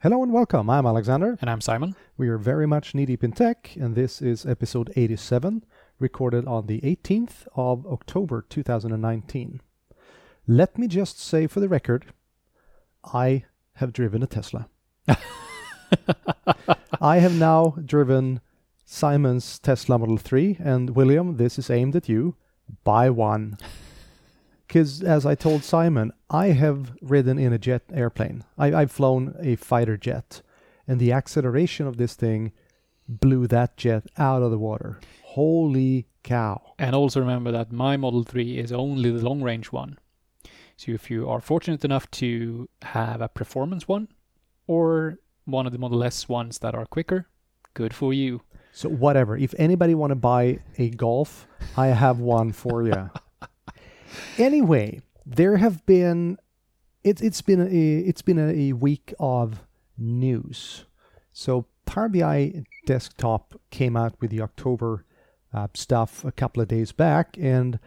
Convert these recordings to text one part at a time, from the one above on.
Hello and welcome. I'm Alexander. And I'm Simon. We are very much knee deep in tech, and this is episode 87, recorded on the 18th of October 2019. Let me just say for the record, I have driven a Tesla. I have now driven Simon's Tesla Model 3, and William, this is aimed at you. Buy one. Because as I told Simon, I have ridden in a jet airplane. I, I've flown a fighter jet, and the acceleration of this thing blew that jet out of the water. Holy cow! And also remember that my Model 3 is only the long range one. So if you are fortunate enough to have a performance one or one of the Model S ones that are quicker, good for you. So whatever. If anybody want to buy a Golf, I have one for you. anyway, there have been it's it's been a it's been a, a week of news. So Power BI Desktop came out with the October uh, stuff a couple of days back, and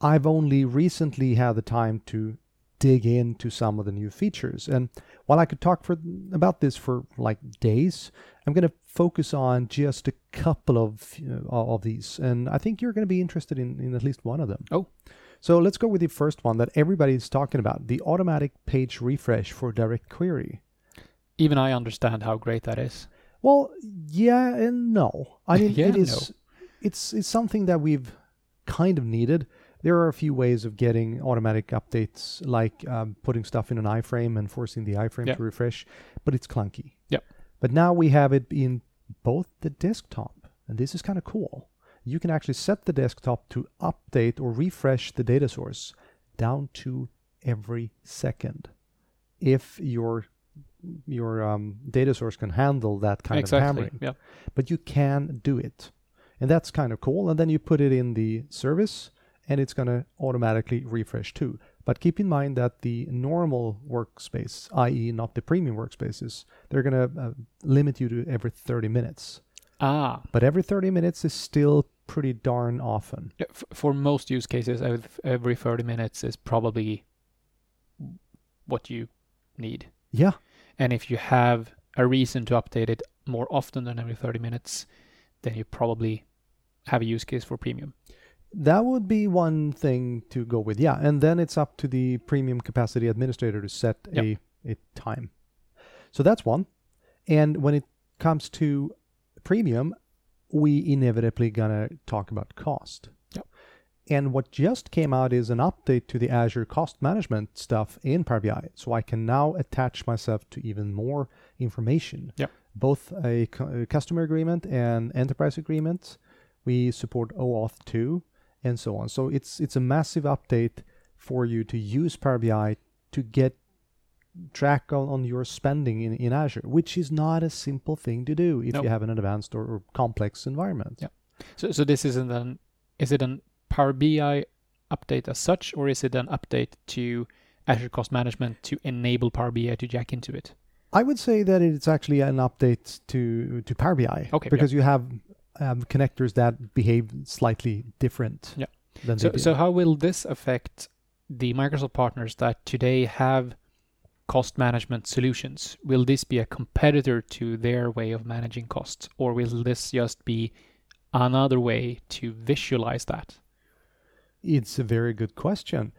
I've only recently had the time to dig into some of the new features. And while I could talk for about this for like days, I'm going to focus on just a couple of you know, of these, and I think you're going to be interested in, in at least one of them. Oh, So let's go with the first one that everybody is talking about the automatic page refresh for direct query. even I understand how great that is. Well, yeah and no. I mean, Yeah it and is it's it's something that we've kind of needed. There are a few ways of getting automatic updates, like um, putting stuff in an iframe and forcing the iframe Yeah. to refresh, but it's clunky. Yeah. But now we have it in both the desktop, and this is kind of cool. You can actually set the desktop to update or refresh the data source down to every second, if your your um, data source can handle that kind of exactly. hammering Yeah. but you can do it. And that's kind of cool. And then you put it in the service and it's going to automatically refresh too. But keep in mind that the normal workspace, i.e., not the premium workspaces, they're going to uh, limit you to every 30 minutes. Ah, But every 30 minutes is still pretty darn often. yeah, f- for most use cases, ev- every 30 minutes is probably what you need. Yeah. And if you have a reason to update it more often than every 30 minutes, then you probably have a use case for premium. That would be one thing to go with. Yeah. And then it's up to the premium capacity administrator to set Yep. a, a time. So that's one. And when it comes to premium, we inevitably gonna talk about cost. Yep. And what just came out is an update to the Azure cost management stuff in Power BI. So I can now attach myself to even more information. Yep. Both a, cu- a customer agreement and enterprise agreement. We support OAuth 2 and so on. So it's it's a massive update for you to use Power BI to get track on, on your spending in, in Azure, which is not a simple thing to do if No. you have an advanced or, or complex environment. Yeah. So, so this isn't an is it an Power BI update as such, or is it an update to Azure Cost Management to enable Power BI to jack into it? I would say that it's actually an update to, to Power BI Okay, yeah. because you have um, connectors that behave slightly different Yeah. than So, they did. so how will this affect the Microsoft partners that today have cost management solutions? Will this be a competitor to their way of managing costs, or will this just be another way to visualize that? It's a very good question.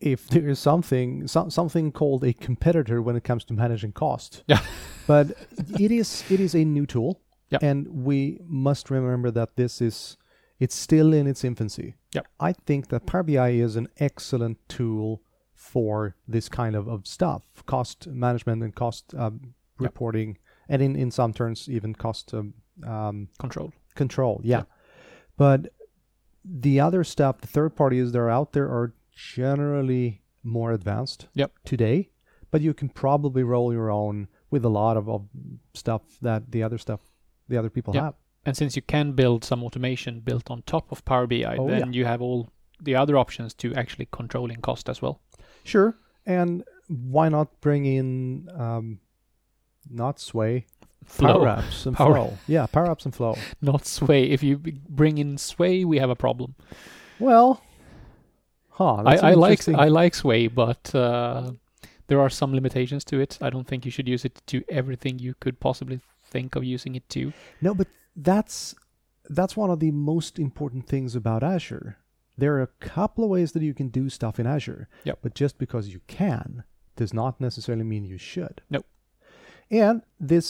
If there is something some, something called a competitor when it comes to managing cost, Yeah. but it is it is a new tool, Yeah. and we must remember that this is it's still in its infancy. Yeah. I think that Power BI is an excellent tool for this kind of, of stuff, cost management and cost um, Yeah. reporting, and in in some terms even cost um, um, Control. control yeah. Yeah. but the other stuff the third parties that are out there are generally more advanced Yep. today but you can probably roll your own with a lot of, of stuff that the other stuff the other people Yeah. have And since you can build some automation built on top of Power BI, Oh, then you have all the other options to actually controlling cost as well. sure and why not bring in um not sway power Flow, ups and Power- flow yeah power ups and flow not Sway. If you b- bring in Sway, we have a problem. well huh that's I, an I like interesting- I like Sway, but uh, There are some limitations to it. I don't think you should use it to everything you could possibly think of using it to. No, but that's that's one of the most important things about Azure. There are a couple of ways that you can do stuff in Azure. Yep. But just because you can does not necessarily mean you should. No. And this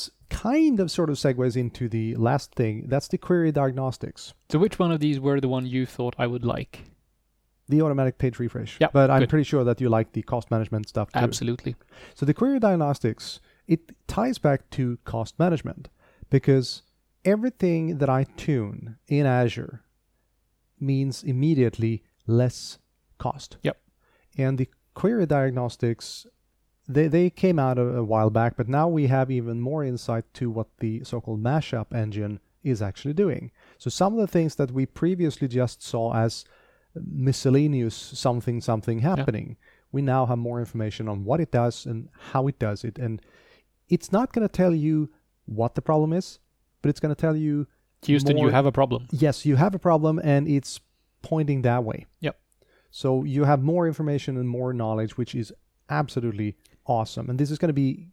kind of sort of segues into the last thing. That's the query diagnostics, So which one of these were the one you thought I would like? the automatic page refresh. Yep, But I'm good. pretty sure that you like the cost management stuff too. Absolutely. So the query diagnostics, it ties back to cost management because everything that I tune in Azure means immediately less cost. Yep. And the query diagnostics, they, they came out a, a while back, but now we have even more insight to what the so-called mashup engine is actually doing. So some of the things that we previously just saw as miscellaneous something something happening we now have more information on what it does and how it does it. And it's not going to tell you what the problem is, but it's going to tell you, Houston, you More- have a problem. yes, you have a problem and it's pointing that way. Yep. So you have more information and more knowledge, which is absolutely awesome. And this is going to be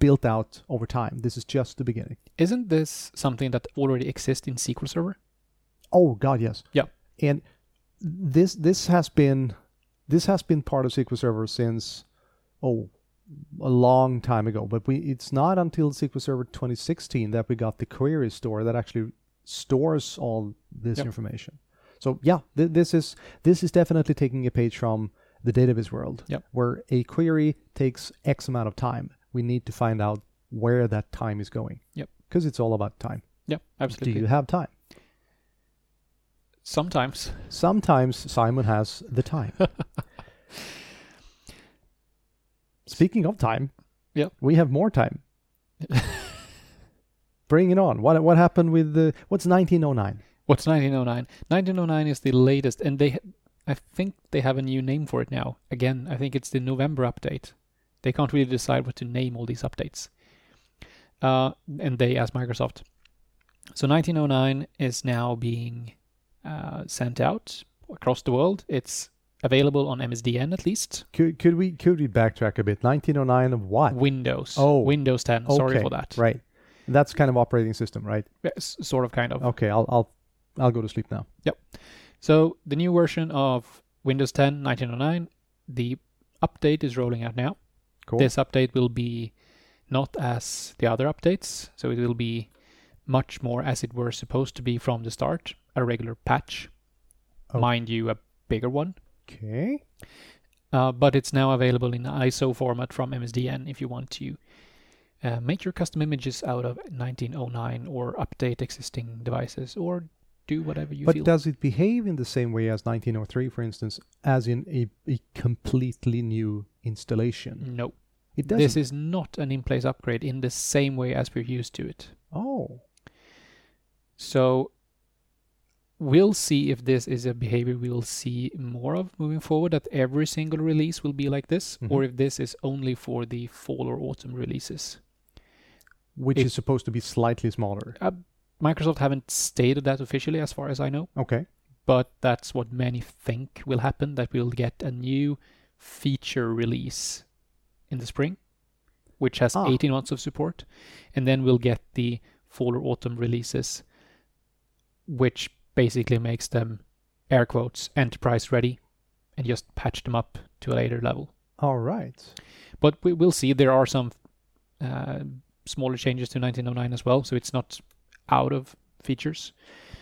built out over time. This is just the beginning. Isn't this something that already exists in SQL Server? Oh God, yes. Yeah. And this this has been this has been part of SQL Server since oh a long time ago. But we it's not until SQL Server 2016 that we got the query store that actually stores all this Yep. information. So yeah, th- this is this is definitely taking a page from the database world, Yep. where a query takes X amount of time. We need to find out where that time is going. Yep. Because it's all about time. Yeah, absolutely. Do you have time? Sometimes. Sometimes Simon has the time. Speaking of time, Yeah. we have more time. Bring it on. What what happened with the what's 1909? What's 1909? 1909 is the latest, and they, ha- I think they have a new name for it now. Again, I think it's the November update. They can't really decide what to name all these updates. Uh, and they, as Microsoft. So 1909 is now being uh, sent out across the world. It's available on MSDN at least. Could could we could we backtrack a bit? 1909 of what? Windows. Oh, Windows 10. Sorry Okay, for that. Right. That's kind of operating system, right? Yeah, s- Sort of, kind of. Okay, I'll I'll I'll go to sleep now. So the new version of Windows 10 1909, the update is rolling out now. Cool. This update will be not as the other updates, so it will be much more as it were supposed to be from the start, a regular patch. Oh. Mind you, a bigger one. Okay. Uh, but it's now available in ISO format from MSDN if you want to uh, make your custom images out of 1909 or update existing devices or do whatever you but feel. does it behave in the same way as 1903 for instance as in a, a completely new installation? no. It doesn't. Mm. This is not an in place upgrade in the same way as we're used to it. oh. So we'll see if this is a behavior we will see more of moving forward, that every single release will be like this, Mm-hmm. or if this is only for the fall or autumn releases. which It- is supposed to be slightly smaller. Uh, Microsoft haven't stated that officially, as far as I know, Okay. but that's what many think will happen that we'll get a new feature release in the spring, which has Ah. 18 months of support, and then we'll get the fall or autumn releases, which basically makes them air quotes enterprise ready and just patch them up to a later level. All right. But we, we'll see, there are some uh, smaller changes to 1909 as well, so it's not out of features.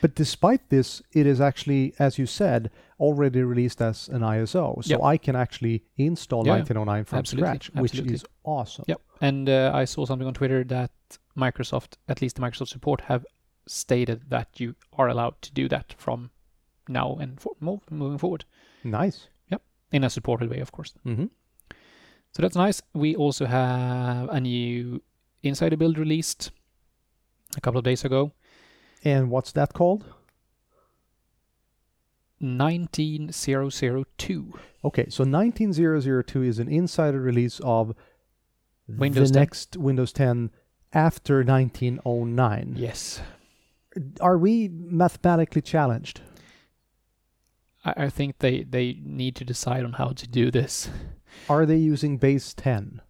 But despite this, it is actually, as you said, already released as an ISO. So Yep. I can actually install Yeah, 1909 from absolutely, scratch, which absolutely. is awesome. Yep. And uh, I saw something on Twitter that Microsoft, at least the Microsoft support, have stated that you are allowed to do that from now and for, mo- moving forward Nice. in a supported way, of course. Mm-hmm. So that's nice. We also have a new insider build released a couple of days ago. And what's that called? 19002. Okay, so 19002 is an insider release of Windows the 10. next Windows 10 after 1909. Yes. Are we mathematically challenged? I, I think they, they need to decide on how to do this. Are they using base 10?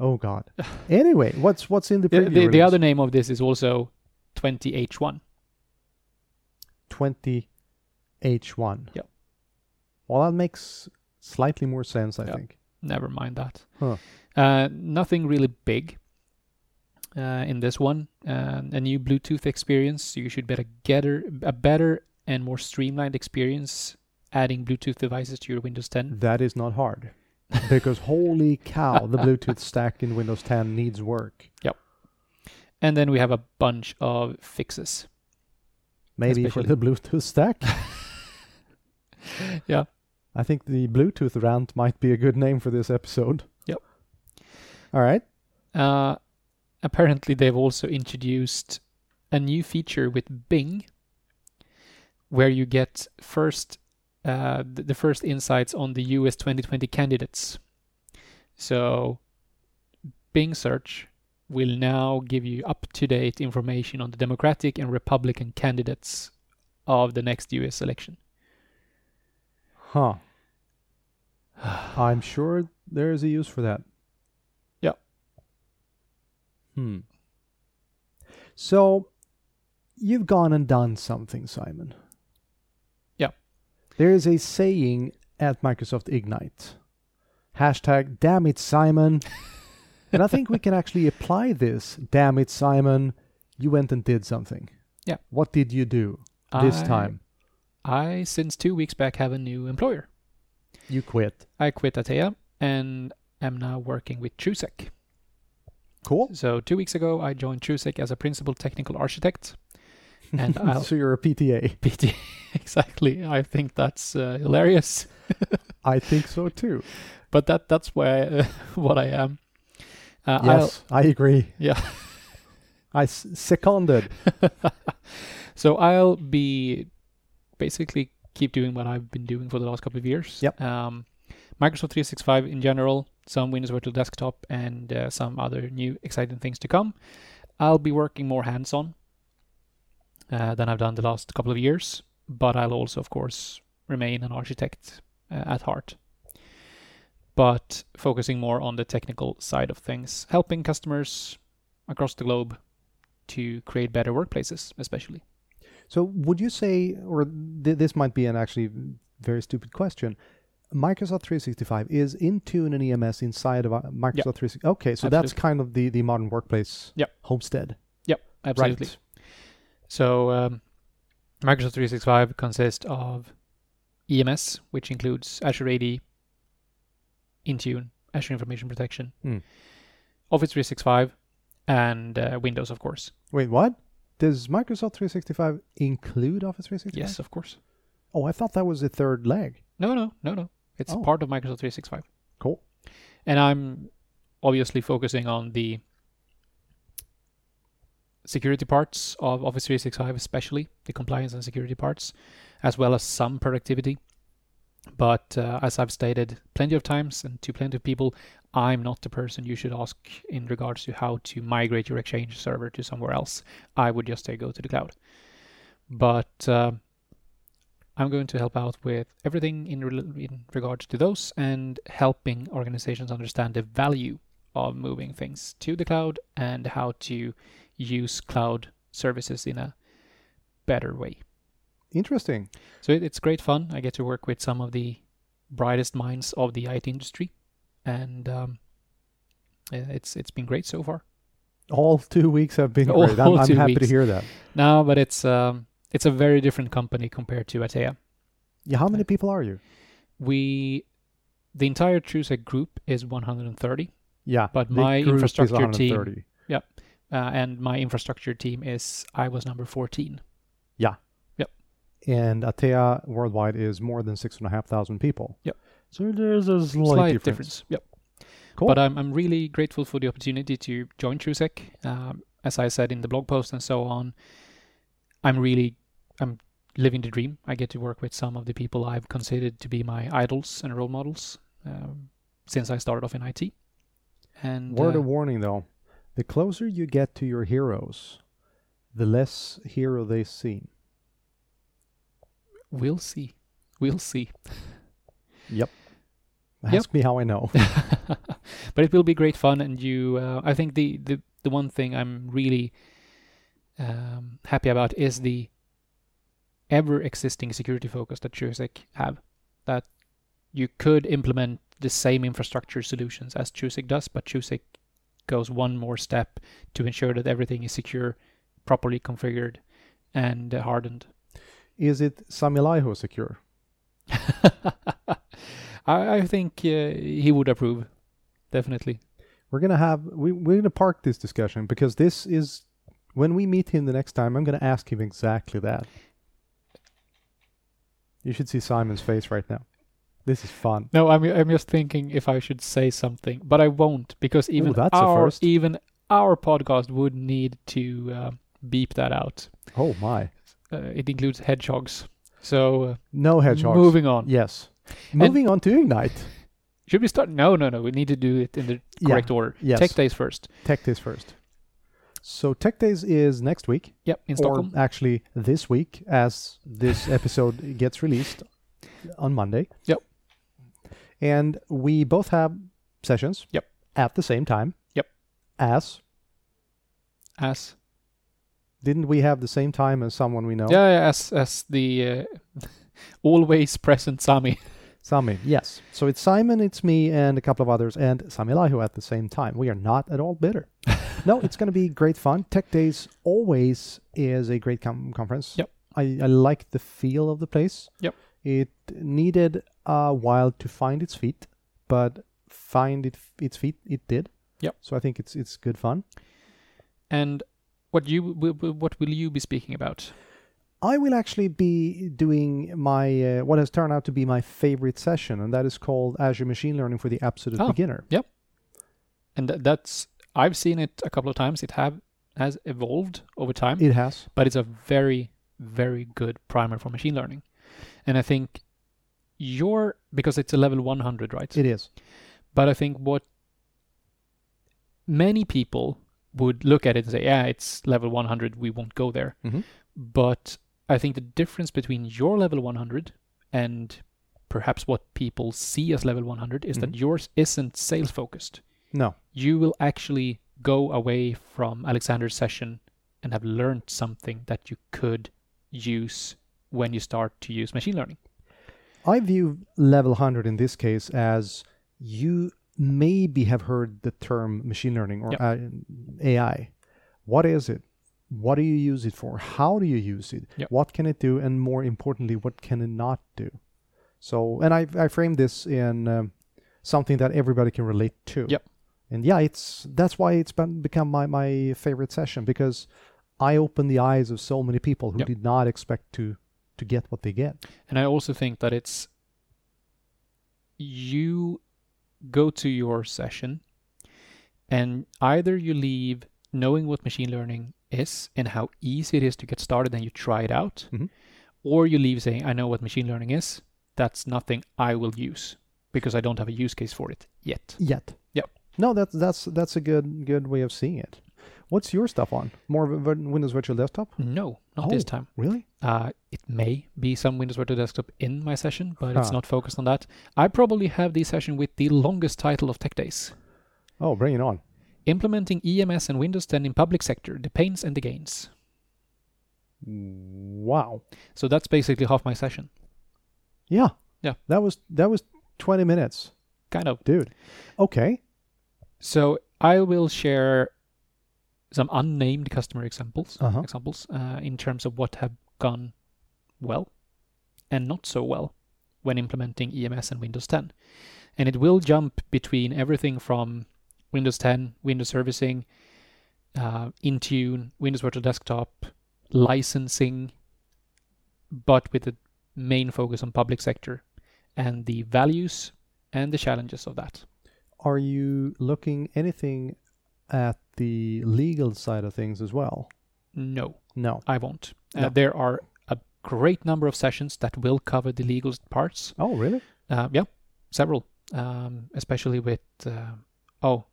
oh god. Anyway, what's what's in the The, preview? the, the release? other name of this is also 20H1. 20 H1. Yep. Well, that makes slightly more sense, I Yep. think. Never mind that. Huh. Uh, nothing really big uh, in this one. Uh, a new Bluetooth experience. so you should better get a, a better and more streamlined experience adding Bluetooth devices to your Windows 10. That is not hard. because holy cow, the Bluetooth stack in Windows 10 needs work. And then we have a bunch of fixes. Maybe for Especially- the Bluetooth stack. Yeah. I think the Bluetooth rant might be a good name for this episode. Yep. All right. Uh, apparently, they've also introduced a new feature with Bing, where you get first uh, th- the first insights on the US 2020 candidates. So, Bing search will now give you up to date information on the Democratic and Republican candidates of the next US election. Huh. I'm sure there is a use for that. Yeah. Hmm. So you've gone and done something, Simon. Yeah. There is a saying at Microsoft Ignite hashtag damn it, Simon. and I think we can actually apply this damn it, Simon. You went and did something. Yeah. What did you do this I- time? I, since two weeks back, have a new employer. You quit. I quit Atea and am now working with Trusec. Cool. So two weeks ago, I joined Trusec as a principal technical architect, and I'll so you're a PTA. PT. exactly. I think that's uh, hilarious, I think so too. but that that's where I, what I am. Uh, I'll- Yes, I agree. Yeah. I s- seconded. so I'll be basically keep doing what I've been doing for the last couple of years. Yep. Um, Microsoft 365 in general, some Windows Virtual Desktop, and uh, some other new exciting things to come. I'll be working more hands-on uh, than I've done the last couple of years, but I'll also, of course, remain an architect uh, at heart. But focusing more on the technical side of things, helping customers across the globe to create better workplaces, especially. So, would you say, or th- this might be an actually very stupid question, Microsoft 365 is Intune and EMS inside of uh, Microsoft 365? Okay, so that's Absolutely. kind of the, the modern workplace Yep. homestead. Yep, absolutely. Right. So um, Microsoft 365 consists of EMS, which includes Azure AD, Intune, Azure Information Protection, Hmm. Office 365, and uh, Windows, of course. Wait, what? Does Microsoft 365 include Office 365? Yes, of course. Oh, I thought that was the third leg. No, no, no, no. It's Oh. part of Microsoft 365. Cool. And I'm obviously focusing on the security parts of Office 365, especially the compliance and security parts, as well as some productivity. But uh, as I've stated plenty of times and to plenty of people, I'm not the person you should ask in regards to how to migrate your Exchange server to somewhere else. I would just say go to the cloud. But uh, I'm going to help out with everything in, rel in regards to those and helping organizations understand the value of moving things to the cloud and how to use cloud services in a better way. Interesting. So it, it's great fun. I get to work with some of the brightest minds of the IT industry, and um, uh, it's it's been great so far. All two weeks have been All great. I'm, I'm two happy to weeks. hear that. No, but it's um, it's a very different company compared to Atea. Yeah, how many people are you? We the entire TrueSec group is 130. Yeah, But the my group is infrastructure team- 130. uh, and my infrastructure team is I was number 14. and Atea worldwide is more than six and a half thousand people. Yep. So there's a slight, Slight difference. difference. Yep. Cool. But I'm, I'm really grateful for the opportunity to join TrueSec. Um, as I said in the blog post and so on, I'm really I'm living the dream. I get to work with some of the people I've considered to be my idols and role models um, since I started off in IT. And Word uh, of warning though, the closer you get to your heroes, the less hero they seem. we'll see. We'll see. Yep. Yep. Ask me how I know. but it will be great fun, and you. Uh, I think the, the the one thing I'm really um, happy about is the ever existing security focus that Chusik have. That you could implement the same infrastructure solutions as Chusik does, but Chusik goes one more step to ensure that everything is secure, properly configured, and uh, hardened. Is it Sami Laiho secure? I, I think uh, he would approve, definitely. We're gonna have we, we're gonna park this discussion because this is when we meet him the next time. I'm gonna ask him exactly that. You should see Simon's face right now. This is fun. No, I'm I'm just thinking if I should say something, but I won't because even that's a our first. even our podcast would need to uh, beep that out. Oh my! Uh, it includes hedgehogs. So uh, No hedgehogs. moving on. Yes. Moving on to Ignite. Should we start? No, no, no. We need to do it in the Yeah, correct order. yes. Tech days first. Tech Days first. So Tech Days is next week, Yep, in or Stockholm. actually this week, as this episode gets released on Monday. Yep. And we both have sessions. Yep. At the same time. Yep. As As didn't we have the same time as someone we know? yeah, yeah, as as the uh, always present Sami. Sami. Yes. So it's Simon, it's me, and a couple of others, and Sami Laiho at the same time. We are not at all bitter. no, it's going to be great fun. Tech Days always is a great com- conference. Yep. I, I like the feel of the place. Yep. It needed a while to find its feet, but find it its feet it did. Yep. So I think it's it's good fun. And what you w- w- what will you be speaking about? I will actually be doing my uh, what has turned out to be my favorite session, and that is called Azure Machine Learning for the Absolute Oh. Beginner. And th- that's I've seen it a couple of times. It have has evolved over time. It has. but it's a very very good primer for machine learning and i think your because it's a level 100 right It is. but i think what many people would look at it and say yeah it's level 100 we won't go there Mhm. but i think the difference between your level 100 and perhaps what people see as level 100 is that yours isn't sales focused No. you will actually go away from Alexander's session and have learned something that you could use when you start to use machine learning. I view level 100 in this case as you maybe have heard the term machine learning or Yep. uh, AI. What is it? What do you use it for? How do you use it? Yep. What can it do? And more importantly, what can it not do? So, and I, I framed this in um, something that everybody can relate to. Yep. And yeah, it's that's why it's been, become my, my favorite session because I opened the eyes of so many people who Yep. did not expect to to get what they get. And I also think that it's you go to your session and either you leave knowing what machine learning is and how easy it is to get started and you try it out, Mhm. or you leave saying, I know what machine learning is, that's nothing I will use because I don't have a use case for it yet. yet. Yep. No, that's that's that's a good good way of seeing it. What's your stuff on? More of a vir- Windows Virtual Desktop? No, not this time. Really? Uh, it may be some Windows Virtual Desktop in my session, but it's Huh. not focused on that. I probably have the session with the longest title of Tech Days Oh, bring it on. Implementing EMS and Windows 10 in Public Sector, the Pains and the Gains. Wow. So that's basically half my session. Yeah. Yeah. That was that was 20 minutes, Kind of. dude. Okay. So I will share some unnamed customer examples Uh-huh. examples uh, in terms of what have gone well and not so well when implementing EMS and Windows 10. And it will jump between everything from Windows 10, Windows Servicing, uh, Intune, Windows Virtual Desktop, licensing, but with a main focus on public sector and the values and the challenges of that. Are you looking anything at the legal side of things as well? No. No. I won't. Uh, No. there are a great number of sessions that will cover the legal parts. Oh, really? Uh, yeah, several, um, especially with uh, oh,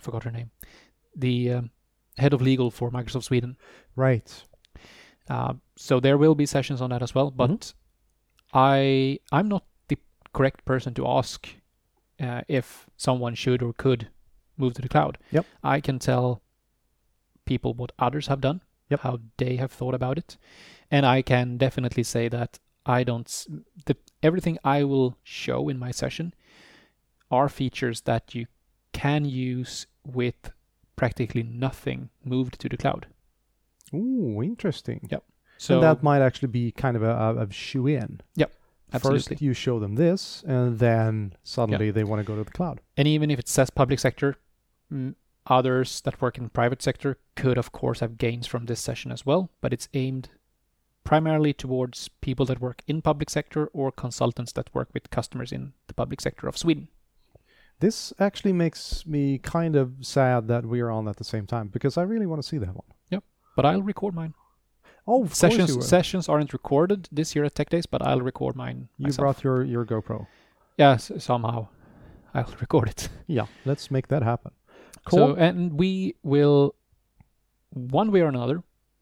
forgot her name, the um, head of legal for Microsoft Sweden. Right. Mm-hmm. Uh, so there will be sessions on that as well. But I I'm not the correct person to ask uh, if someone should or could move to the cloud. Yep. I can tell people what others have done, Yep. how they have thought about it, and I can definitely say that I don't s- the everything I will show in my session are features that you can use with practically nothing moved to the cloud. Ooh, interesting. Yep. So and that might actually be kind of a, a, a shoe in. absolutely. First, you show them this, and then suddenly they want to go to the cloud. and even if it says public sector mm, others that work in private sector could of course have gains from this session as well but it's aimed primarily towards people that work in public sector or consultants that work with customers in the public sector of sweden This actually makes me kind of sad that we are on at the same time because I really want to see that one. but i'll record mine Oh, of course you sessions will. sessions aren't recorded this year at tech days but i'll record mine You myself. brought your, your GoPro. yeah s- somehow i'll record it Yeah, let's make that happen. so Cool. and we will one way or another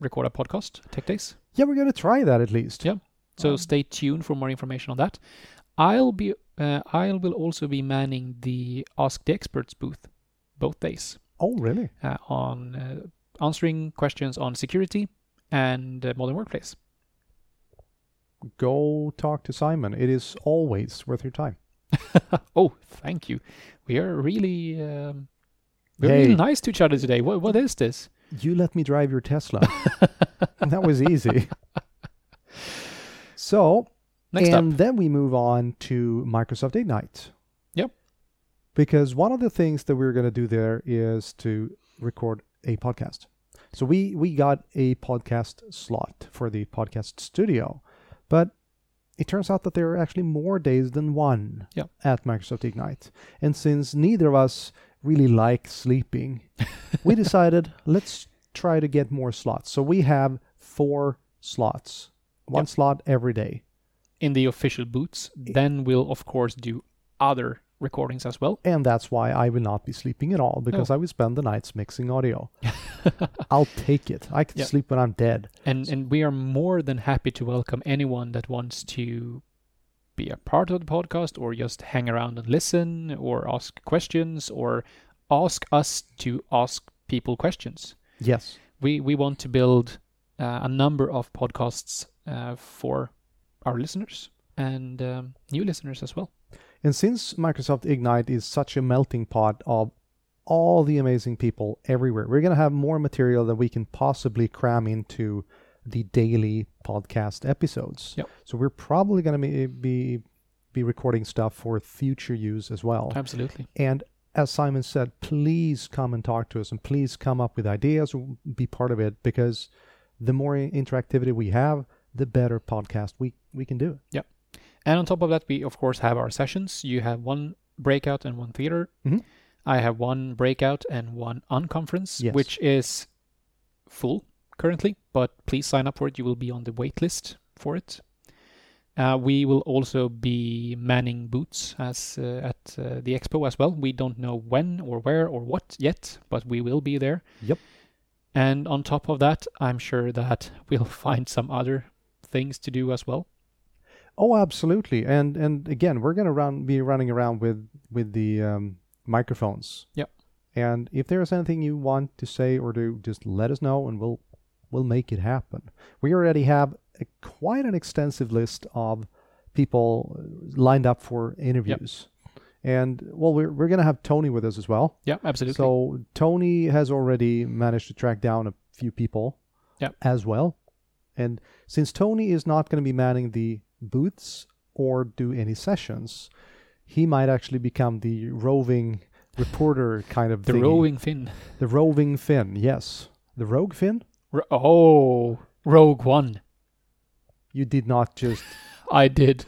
record a podcast tech days yeah, we're gonna try that at least. Yeah. So Um, stay tuned for more information on that. I'll be uh, I will also be manning the Ask the Experts booth both days Oh, really? uh, on uh, answering questions on security and uh, modern workplace. Go talk to Simon. It is always worth your time. Oh, thank you. We are really um, we're really Hey. nice to each other today. What what is this? You let me drive your Tesla. that was easy. So, Next up, and then we move on to Microsoft Ignite. Yep. Because one of the things that we're going to do there is to record a podcast. So we we got a podcast slot for the podcast studio, but it turns out that there are actually more days than one Yep. at Microsoft Ignite. And since neither of us really like sleeping, we decided let's try to get more slots. So we have four slots, one Yep. slot every day. in the official boots, then we'll of course do other recordings as well. And that's why I will not be sleeping at all because I will spend the nights mixing audio. I'll take it. I can Yeah. sleep when I'm dead. And and we are more than happy to welcome anyone that wants to be a part of the podcast or just hang around and listen or ask questions or ask us to ask people questions. Yes. We we want to build uh, a number of podcasts uh, for our listeners and um, new listeners as well. And since Microsoft Ignite is such a melting pot of all the amazing people everywhere, we're going to have more material that we can possibly cram into the daily podcast episodes. Yep. So we're probably going to be, be be recording stuff for future use as well. Absolutely. And as Simon said, please come and talk to us and please come up with ideas or be part of it because the more interactivity we have, the better podcast we, we can do. And on top of that, we of course have our sessions. You have one breakout and one theater. Mhm. I have one breakout and one unconference, Yes. which is full currently, but please sign up for it. You will be on the wait list for it. Uh, we will also be manning boots as uh, at uh, the expo as well. We don't know when or where or what yet, but we will be there. Yep. And on top of that, I'm sure that we'll find some other things to do as well. Oh, absolutely. And and again, we're gonna run be running around with with the um, microphones. Yep. And if there's anything you want to say or do, just let us know, and we'll we'll make it happen. We already have a, quite an extensive list of people uh, lined up for interviews. And well, we're we're gonna have Tony with us as well. Yeah, absolutely. So Tony has already managed to track down a few people Yeah. as well. And since Tony is not going to be manning the booths or do any sessions, he might actually become the roving reporter kind of The thingy. rowing fin. the roving Finn. Yes, the rogue Finn. Ro- oh, Rogue One. You did not just. I did.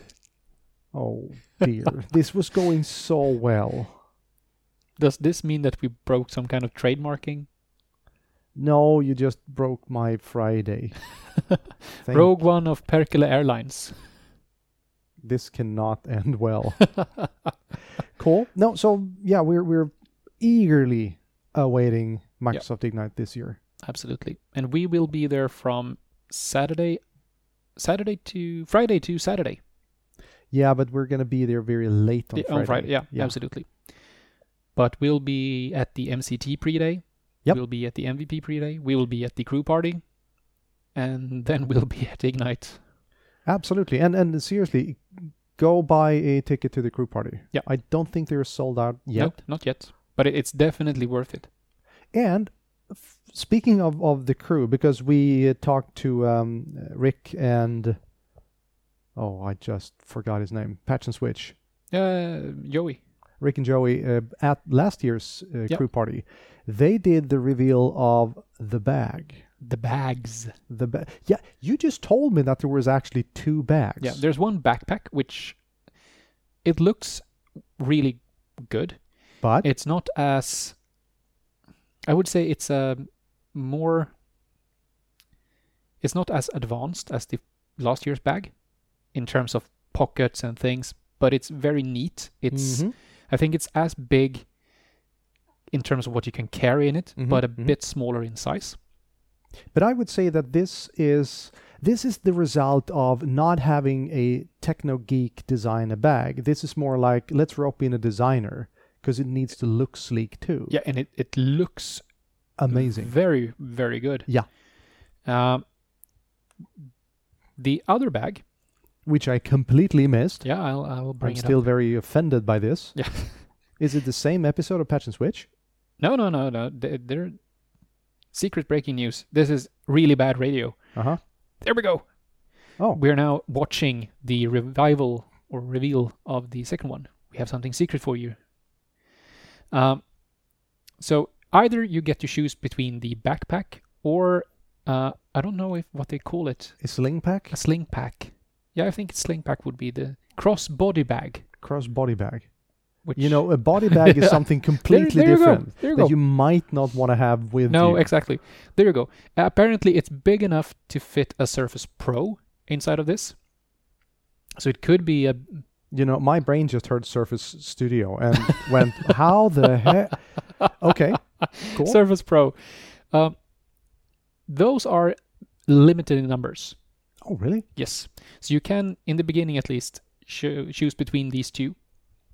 Oh dear, this was going so well. Does this mean that we broke some kind of trademarking? No, you just broke my Friday. Thank- Rogue One of Perkele Airlines. This cannot end well. Cool. No, so yeah, we're we're eagerly awaiting Microsoft Ignite this year. Absolutely. And we will be there from Saturday Saturday to Friday to Saturday. Yeah, but we're going to be there very late on The- Friday. on Friday. Yeah, Yeah. absolutely. But we'll be at the MCT pre-day. Yep. We'll be at the MVP pre-day. We will be at the crew party, and then we'll be at Ignite. Absolutely. And and seriously, go buy a ticket to the crew party. Yeah. I don't think they're sold out yet. No, not yet. But it, it's definitely worth it. And f- speaking of, of the crew, because we uh, talked to um, Rick and oh, I just forgot his name, Patch and Switch, Uh, Joey. Rick and Joey uh, at last year's uh, Yep. crew party. They did the reveal of the bag. The bags. The ba- yeah, you just told me that there was actually two bags. Yeah, there's one backpack which it looks really good. but It's not as I would say it's a more it's not as advanced as the last year's bag in terms of pockets and things, but it's very neat. It's Mhm. I think it's as big in terms of what you can carry in it, Mhm, but a mhm. bit smaller in size. But I would say that this is this is the result of not having a techno geek design a bag. This is more like let's rope in a designer because it needs to look sleek too. Yeah, and it, it looks Amazing. Very, very good. Yeah. Um, the other bag. Which I completely missed. Yeah, I'll, I'll bring I'm it still up. very offended by this. Yeah. Is it the same episode of Patch and Switch? No, no, no, no. They- They're secret breaking news. This is really bad radio. Uh-huh. There we go. Oh. We're now watching the revival or reveal of the second one. We have something secret for you. Um, so either you get to choose between the backpack or uh, I don't know if what they call it. A sling pack? A sling pack. Yeah, I think sling pack would be the cross body bag. Cross body bag. Which You know, a body bag is Yeah. something completely there you go, different there you that go. you might not want to have with no, you. exactly. There you go. Apparently, it's big enough to fit a Surface Pro inside of this. So it could be a you know, my brain just heard Surface Studio and went, "How the heck?" Okay, cool. Surface Pro. Um, those are limited in numbers. oh, really? Yes. So you can, in the beginning at least, cho- choose between these two,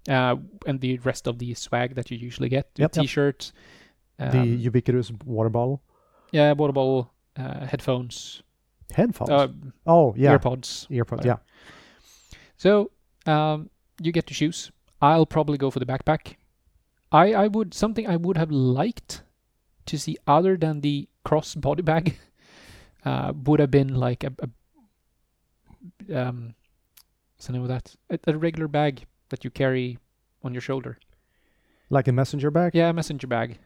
uh, and the rest of the swag that you usually get: the Yep, yep. T-shirt, the um, ubiquitous water bottle yeah, water bottle, uh, headphones, headphones. uh, oh, yeah, earpods. earpods. whatever. Yeah, So um, you get to choose. I'll probably go for the backpack. I, I would something I would have liked to see other than the cross body bag uh, would have been like a, a um, what's the name of that? A, a regular bag that you carry on your shoulder. like a messenger bag. Yeah, a messenger bag.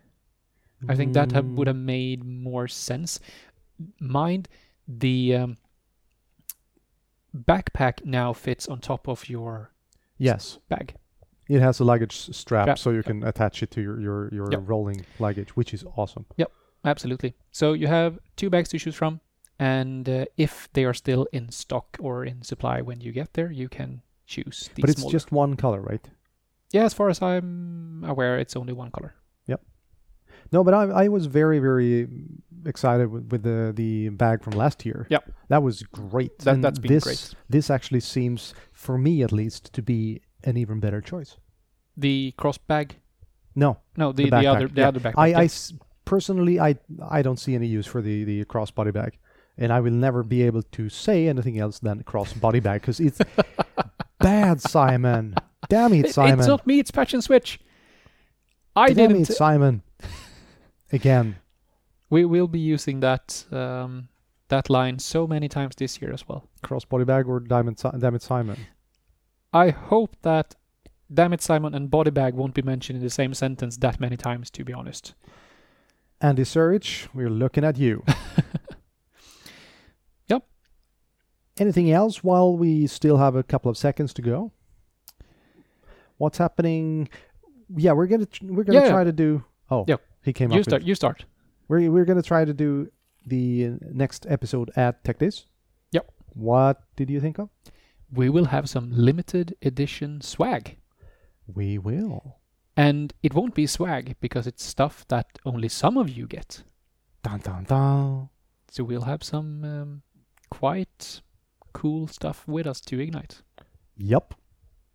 I think that have, would Mm, have made more sense. Mind the um, backpack now fits on top of your Mm, Yes, bag. it has a luggage s- strap, Strap, so you yep. can attach it to your your your Yep. rolling luggage, which is awesome. Absolutely. So you have two bags to choose from, and uh, if they are still in stock or in supply when you get there, you can choose the but it's smaller. just one color, right? yeah, as far as I'm aware, it's only one color. No, but I I was very very excited with, with the the bag from last year. Yep. that was great. That, and that's been this, great. This actually seems, for me at least, to be an even better choice. The cross bag. No, No, the, the, backpack, other the yeah. other backpack. I, yeah. I s- personally, I I don't see any use for the the cross body bag, and I will never be able to say anything else than cross body bag because it's bad, Simon. Damn It- it, Simon. It's not me. It's patch and switch. I Damn didn't. it, Simon. Again, We will be using that um, that line so many times this year as well. cross body bag or diamond, Si- damn it, Simon. I hope that damn it, Simon and body bag won't be mentioned in the same sentence that many times. To be honest. Andy Surridge, we're looking at you. Yep. Anything else while we still have a couple of seconds to go? What's happening? Yeah, we're gonna tr- we're gonna Yeah. try to do. Oh, Yep. he came You up. start. With, You start. we're we're gonna try to do the next episode at Tech Days. Yep. What did you think of? we will have some limited edition swag. We will. And it won't be swag because it's stuff that only some of you get. Dun dun dun. So we'll have some um, quite cool stuff with us to Ignite. Yep.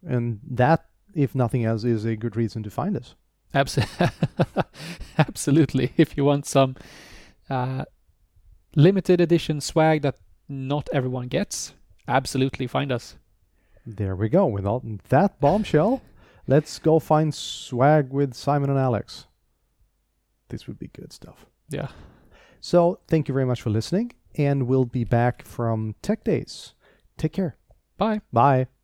And that, if nothing else, is a good reason to find us. Abs- Absolutely. If you want some uh, limited edition swag that not everyone gets, absolutely find us. There we go. With all that bombshell, let's go find swag with Simon and Alex. This would be good stuff. Yeah. So thank you very much for listening, and we'll be back from Tech Days. Take care. Bye. Bye.